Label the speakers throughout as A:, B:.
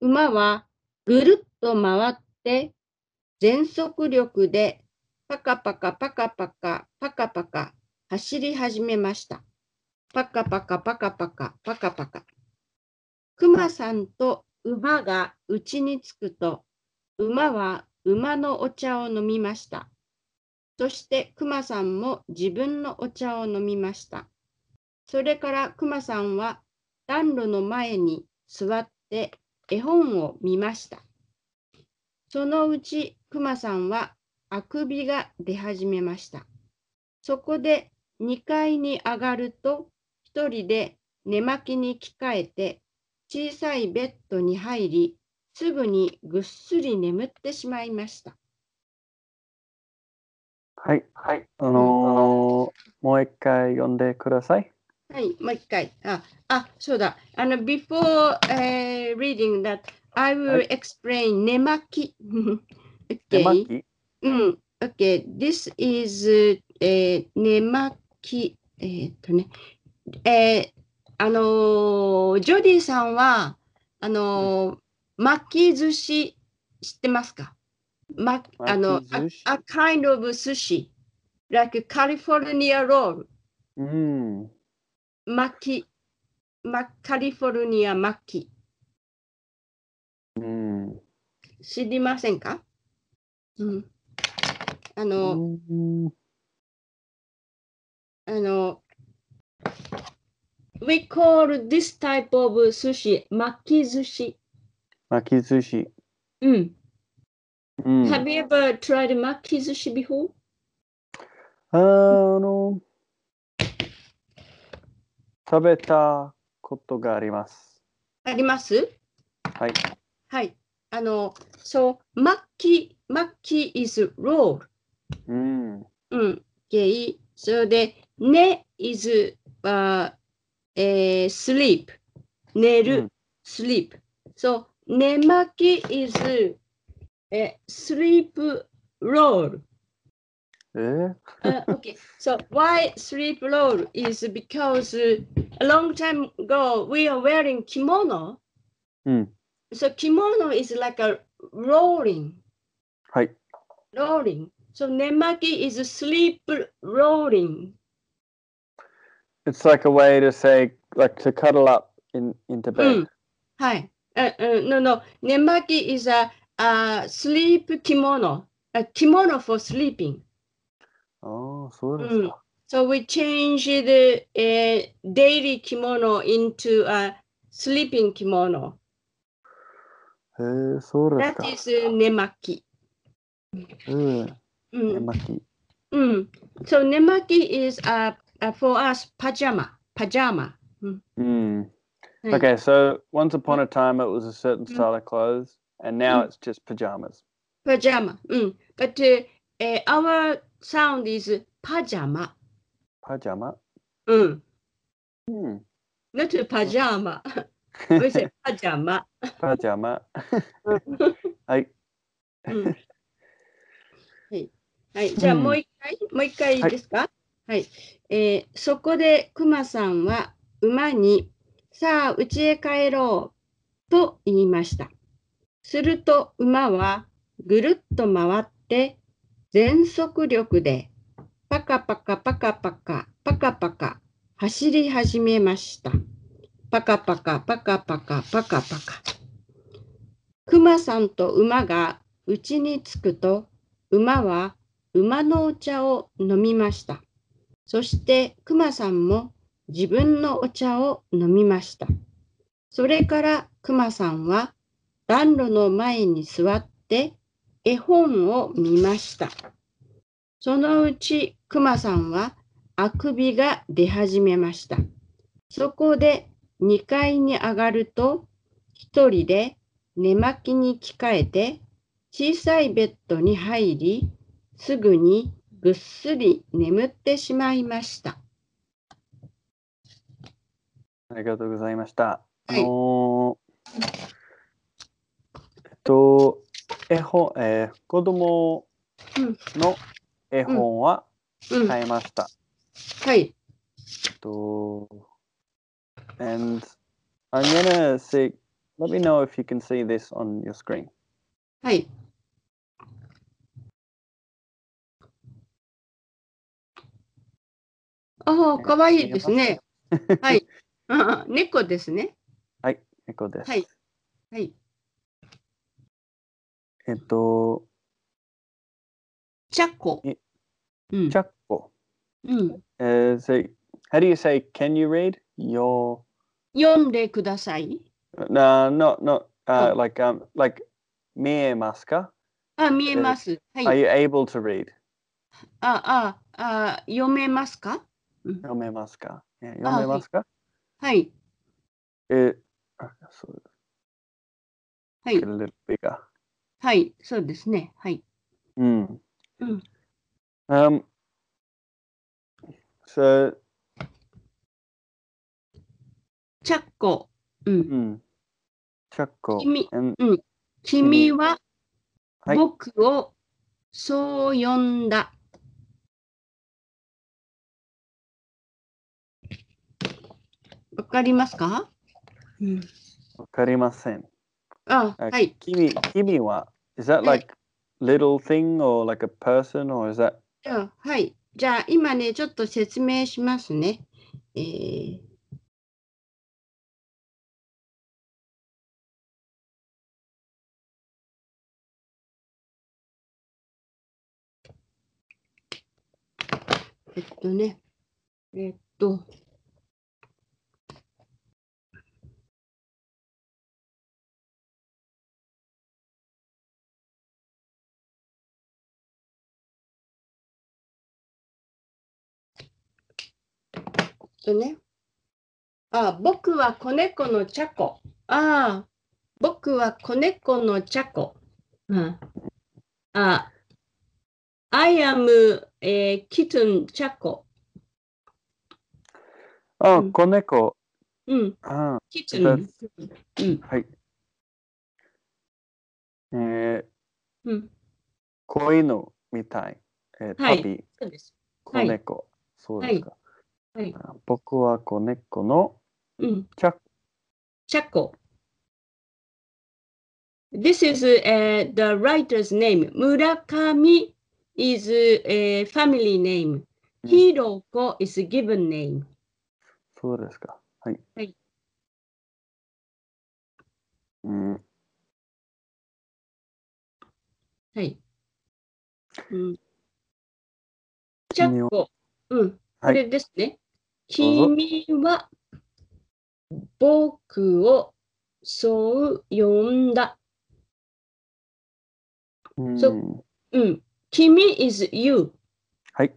A: 馬はぐるっと回って全速力でパカパカパカパカパカパカ走り始めました。パカパカパカパカパカパカ。クマさんと馬が家に着くと、馬は馬のお茶を飲みました。そしてクマさんも自分のお茶を飲みました。それからクマさんは暖炉の前に座って絵本を見ました。そのうちクマさんはあくびが出始めました。そこで2階に上がると一人で寝巻きに着替えて小さいベッドに入りすぐにぐっすり眠ってしまいました。
B: はい。はい。あのーもう一回読んでください。
A: はい、もう一回。あ、あ、そうだ。あの、before、uh, reading that, I
B: は
A: will explain 寝巻き。
B: で、マ
A: okay.
B: ッキー
A: うん。Okay. This is、えー、寝巻き。えーっとね。えー、あのージョディさんは、あのー巻き寿司知ってますか巻きあの
B: 巻き寿司
A: a, a kind of sushi, like a California roll.
B: うん。
A: 巻き、ま、カリフォルニア巻き、
B: うん。
A: 知りませんかうん。あの、
B: うん
A: あの、We call this type of sushi 巻き寿司。
B: 巻き寿司。
A: うん。
B: うん。
A: Have you ever tried 巻き寿司 before?
B: あの、食べたことがあります。
A: あります
B: はい。
A: はい。あの、そう、巻き、巻き is roll.
B: うん。
A: うん、OK。それで、寝 is は、えー、sleep。寝る、
B: うん
A: sleep。そう、寝巻き is、えー、sleep roll。
B: えー
A: Uh, okay, so why sleep roll is because uh, a long time ago we are wearing kimono.
B: うん。
A: So kimono is like a rolling,
B: はい。
A: rolling. So nemaki is sleep rolling.
B: It's like a way to say, like to cuddle up in, into
A: Hmm.
B: bed.
A: はい。え、え、no, Uh, no. 寝巻き is a, a sleep kimono. A kimono for sleeping.
B: ああ、そうですか。
A: So we changed the eh, daily kimono into a sleeping kimono.
B: へえそうで
A: That
B: すか。
A: is uh, 寝巻き。
B: うん。
A: う
B: え
A: ん。
B: 巻き。
A: うん。So mm. 寝巻き is a, a for us pajama. Pajama. うん。
B: Mm.
A: はい
B: Okay, so once upon a time it was a certain
A: Mm.
B: style of clothes, and now
A: Mm.
B: it's just pajamas.
A: Pajama. うん。But eh, eh, our sound is pajama.
B: Pajama.
A: うん。
B: Mm.
A: Not a pajama. We say pajama.
B: pajama. はい。
A: うんはい。はい。じゃあ
B: うん
A: もう一回、もう一回いいですかはい。えーそこでクマさんは馬に、さあ、家へ帰ろうと言いました。すると馬はぐるっと回って、全速力でパカパカパカパカパカパカ走り始めました。パカパカパカパカパカパカ。クマさんと馬が家に着くと、馬は馬のお茶を飲みました。そしてクマさんも自分のお茶を飲みました。それからクマさんは暖炉の前に座って絵本を見ました。そのうちクマさんはあくびが出始めました。そこで2階に上がると一人で寝巻きに着替えて小さいベッドに入り、すぐにぐっすり眠ってしまいました。
B: ありがとうございました。あ
A: はい
B: のーえっと、絵本、えー子供の絵本は
A: うん、はい。
B: 買いました。
A: はい。
B: と、and I'm gonna say, Let me know if you can see this on your screen.
A: はい。ああ、かわいいですね。はい。ああ猫ですね。
B: 猫です。
A: はいはい。
B: えっと、
A: チャコ
B: え。
A: うん
B: チ。ャッコ。
A: うん、
B: えー、say, Uh, how do you say, can you read? Your,
A: 読んでください。
B: no, no, no, uh,
A: うん
B: like, um, like, 見えますか、
A: あ、見えます。はい。
B: Are you able to read?
A: あ、あ、あ、読めますか。うん
B: 読めますか、えー読めますか、
A: はい。
B: えー、あそう
A: はい
B: get a little bigger.
A: はい。そうですね。はい。
B: Mm.
A: Mm.
B: Um, so,
A: チャッコ。うん。
B: mm. Chuckle.
A: Kimi-
B: And,
A: 君は
B: はい
A: 僕をそう呼んだ。わかりますか。うん。
B: わかりません。
A: あ、
B: Uh,
A: はい。
B: Kimi, Kimi wa, is that like little thing or like a person or is that
A: じゃあ、はい。じゃあ、今ね、ちょっと説明しますね。えーえっとね、えっと、えっとね。あ、僕は子猫のチャコ。ああ、僕は子猫のチャコ。うん。あ、I am、えー、kitten チャコ。
B: あ、
A: うん
B: 子猫。
A: うん、
B: あ、
A: kitten。うん。
B: はい。えー、
A: うん。
B: 子犬みたい。えー、
A: はい
B: パピ、
A: そうです。
B: 子猫。そうですか、
A: はい。
B: あ僕は子猫の
A: うん。
B: チャ
A: チャコ。This is、uh, the writer's name. 村上 is a family name.
B: うん
A: ヒーローコ is given name.
B: そうですか。はい。
A: はい
B: うん、
A: はい。うん。チャ
B: 君
A: ッ
B: を
A: コ。うん。こ
B: はい
A: れですね。
B: どうぞ
A: 君は僕をそう呼んだ。
B: うん
A: そうん。君 is you。
B: はい。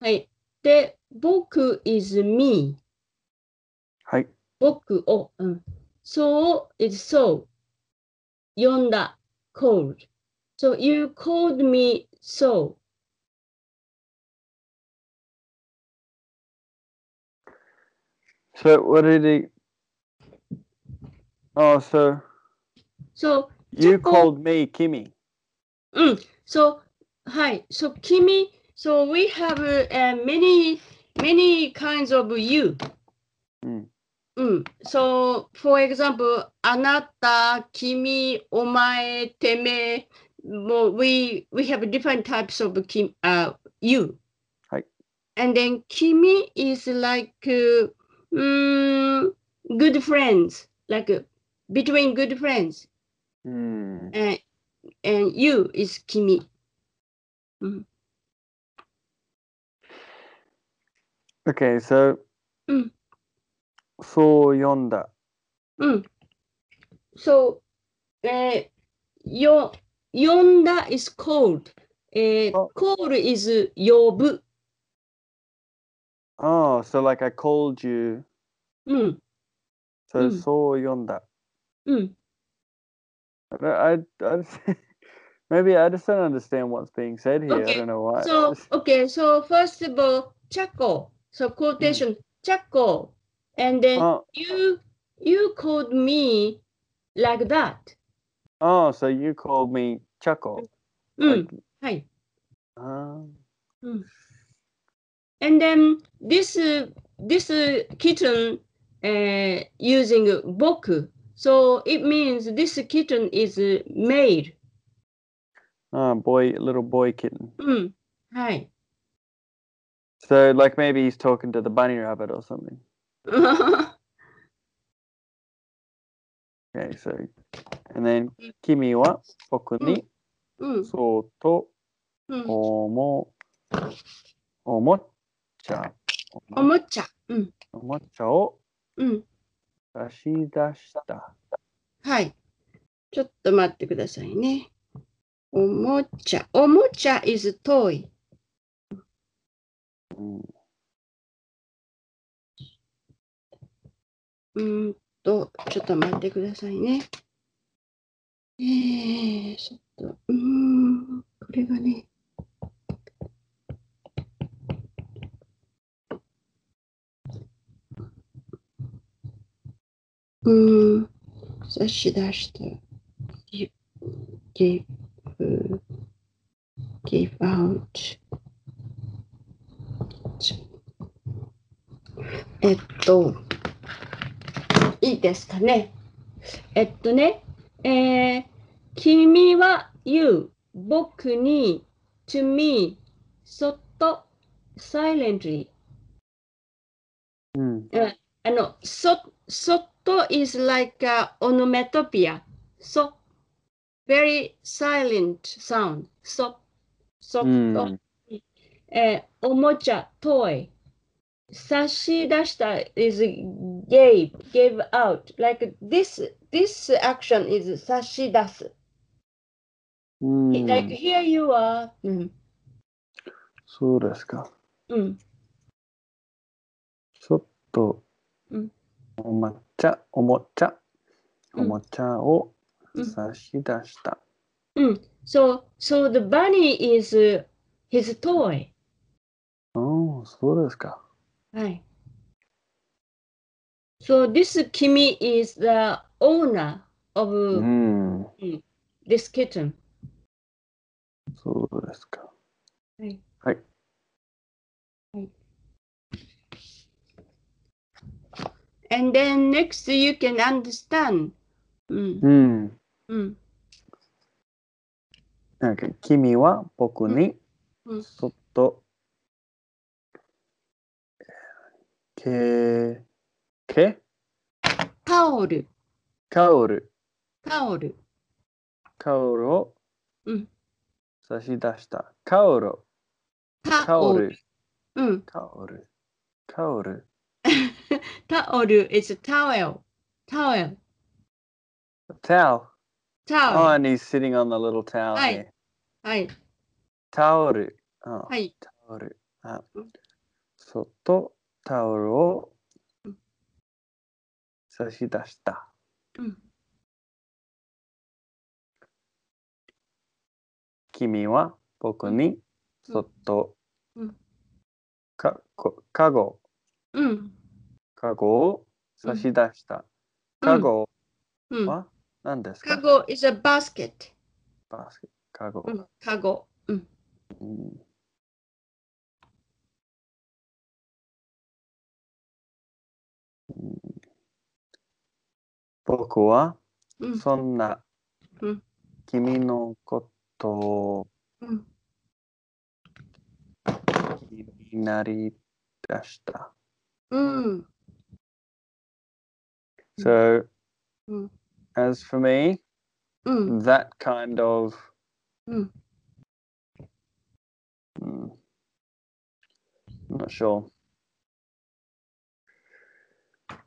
A: はい。で、僕 is me。
B: はい。
A: 僕を。うん。そう is so。呼んだ。called。So you called me so.
B: So, what did he? Oh, so
A: So
B: you
A: チャコ
B: called me Kimi.
A: うん、そう、はい、そう、君、そう、we have、uh, many, many kinds of you.
B: うん。
A: うん、そう、for example、あなた、君、お前、てめえ、もう、we, we have different types of き、uh, you.
B: はい。
A: And then 君 is like, uh, mm, good friends, like uh, between good friends.
B: うん。
A: and, and you is 君。
B: Okay, so.
A: うん
B: そう読んだ。
A: うん。そう、えー、よ、呼んだ eh, is called. えー、
B: あ
A: call is 呼ぶ。
B: Oh, so like I called you.
A: うん、
B: So
A: うん
B: そう読んだ。
A: うん。
B: I, I, I just- maybe I just don't understand what's being said here. I
A: Okay,
B: don't know why.
A: So, okay, so first of all, Chaco. So quotation, Chaco. And then
B: oh,
A: you, you called me like that.
B: oh, so you called me Chaco.
A: うん、はい。
B: Ah,
A: And then this uh, this uh, kitten uh, using eh, boku. So it means this kitten is male.
B: あ、boy, ah, little boy kitten.
A: うん。はい。
B: So, like, maybe he's talking to the bunny rabbit or something.
A: は
B: Okay, so. And then, 君は僕に
A: うん。
B: そうと
A: うん。
B: 思うおもちゃお
A: お
B: も
A: もちゃ。うん。
B: おもちゃを
A: うん。
B: 差し出した。
A: はい。ちょっと待ってくださいね。おもちゃ。おもちゃ is toy.
B: うん、
A: うーんと、ちょっと待ってくださいね。えー、ちょっと、うーん、これがね。うーん、差し出した。give, give, give out. えっと、いいですかね。えっとね、えー君は you、僕に、to me、そっと、silently。
B: うん、
A: あの、そ、そっと is like a onomatopoeia。そ、very silent sound。そ、そっと。
B: うん、
A: えーおもちゃ、トイ。差し出した is gave, gave out. Like this, this action is 差し出す。
B: うん、
A: Like here you are. うん。
B: そうですか。
A: うん。
B: ちょっと、
A: うん
B: おもちゃ、おもちゃ、
A: う
B: お
A: ん
B: もちゃを
A: うん
B: 差し出した。
A: うん。So, so the bunny is uh, his toy.
B: うん、そうですか。
A: はい。So this Kimi is the owner of
B: うん、
A: this kitten.
B: そうですか。
A: はい。
B: はい。
A: And then next you can understand. うん。
B: うん。
A: うん。
B: なんか君は僕に
A: うんうん
B: そっと、け、け、
A: タオル、
B: カオル、
A: タオル。
B: カオルを
A: うん
B: 差し出した。カオル、
A: タ
B: カオ
A: オル。
B: ル、
A: うん。
B: カオル、カオル、
A: タオル is towel. Towel.
B: towel. Oh,
A: Towel.
B: and he's sitting on the little towel.
A: はい
B: here.
A: はい。
B: タオル。うん
A: はい。
B: タオル。あ
A: うん。
B: そっとタオルを
A: うん。
B: 差し出した。
A: うん。
B: 君は僕に
A: うん。
B: そっと
A: うん。
B: か-こ-かご-
A: うん。
B: かごを差し出した。
A: うん。うん。
B: かごは何ですか？
A: カゴ is a basket.
B: バスケ-かご。
A: うん。カゴ。うん。
B: うん。僕は
A: うん。
B: そんな
A: うん
B: 君のことを
A: うん。
B: 気になりだした。
A: うん。うん
B: So,
A: うん
B: as for me,
A: うん。
B: that kind of
A: うん。
B: Mm. I'm not sure.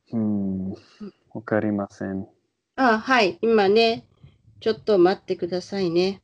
B: Hmm. わかりません。
A: あ、はい。今ね、ちょっと待ってくださいね。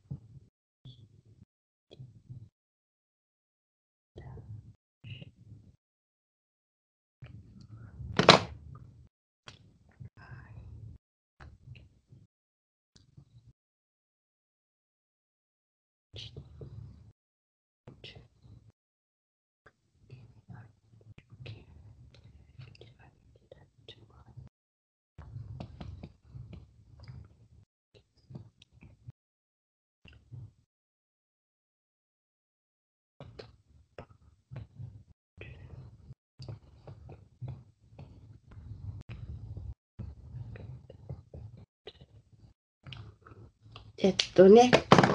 A: えっとね、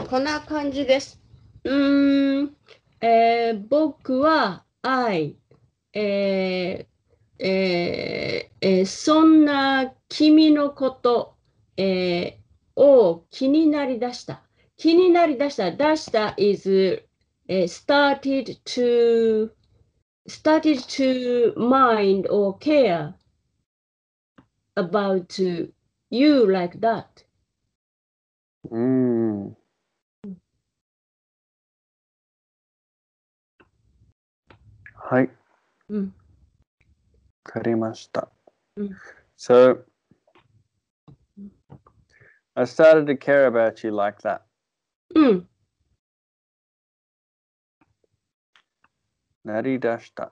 A: こんな感じです。うーん、えー僕は愛、えーえーえーそんな君のこと、えーを気になりだした。気になりだした。出した is、えー started to started to mind or care about you like that.
B: うん。はい、
A: うん。
B: わかりました
A: うん。
B: So, I started to care about you like that.
A: うん。
B: なりだした。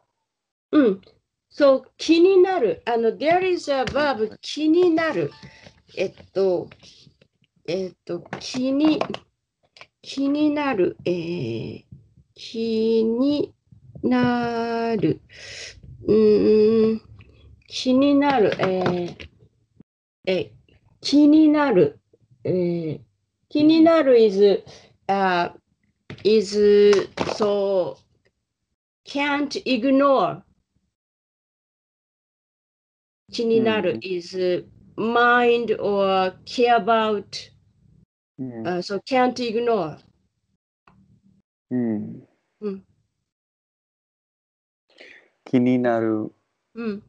A: うん。そう、気になる。あの、there is a verb 気になる。えっと、えっと、気に、気になる。えー気になる。うーん、気になる。えーえー気になる。えー気になる is, あ is, so, can't ignore. 気にな
B: うんう
A: る
B: ん
A: is mind or care about,
B: うん。
A: uh, so can't ignore.
B: うん
A: うん
B: 気になる
A: うん、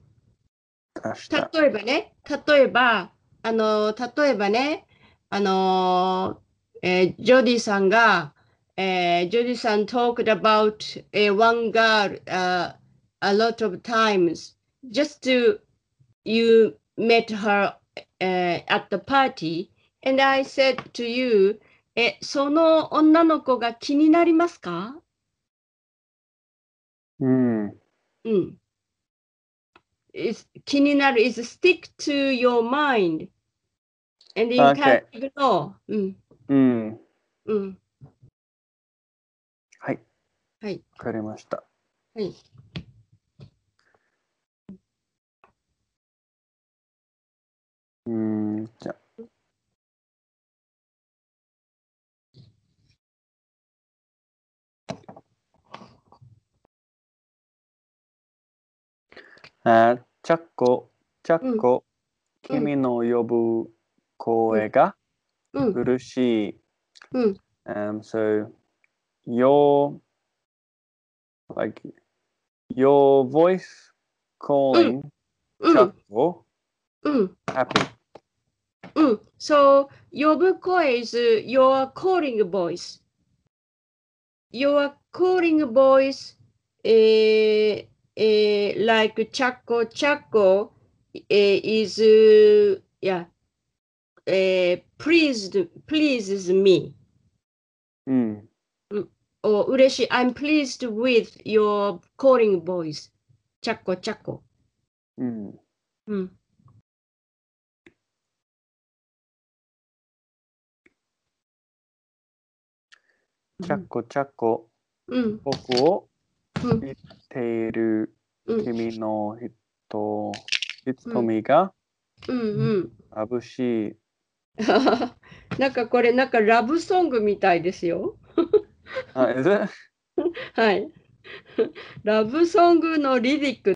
B: 出した。
A: 例えばね、例えば、あの、例えばね、あの、えージョディさんが、えージョディさん talked about a one girl、uh, a lot of times just to you met her、uh, at the party and I said to you え、その女の子が気になりますか
B: うん。
A: うん。Is- 気になる is stick to your mind and you
B: Okay.
A: can't ignore. うん
B: うん。わ
A: うん
B: かりました。
A: はい。
B: うん。じゃああー、チャッコ、チャッコ、
A: うんうん
B: 君の呼ぶ声が、
A: うん
B: 苦しい。
A: うん。
B: Um, so your like your voice calling
A: うん
B: Chaco
A: うん
B: happy.
A: うん mm, So 呼ぶ声 is uh, your calling voice your calling voice えーえー eh, like チャッコチャッコえー is uh, yeah えー pleased pleases me
B: うん。
A: お嬉しい。I'm pleased with your calling voice. チャッコチャッコ。
B: うん。
A: うん。
B: チャコチャコ
A: うん。
B: 僕を
A: うん。
B: 見ている
A: うん。
B: 君の人瞳が
A: うん。うん。
B: 眩しい。
A: なんかこれ、なんかラブソングみたいですよ。
B: あ、is it?
A: はい。ラブソングのリリック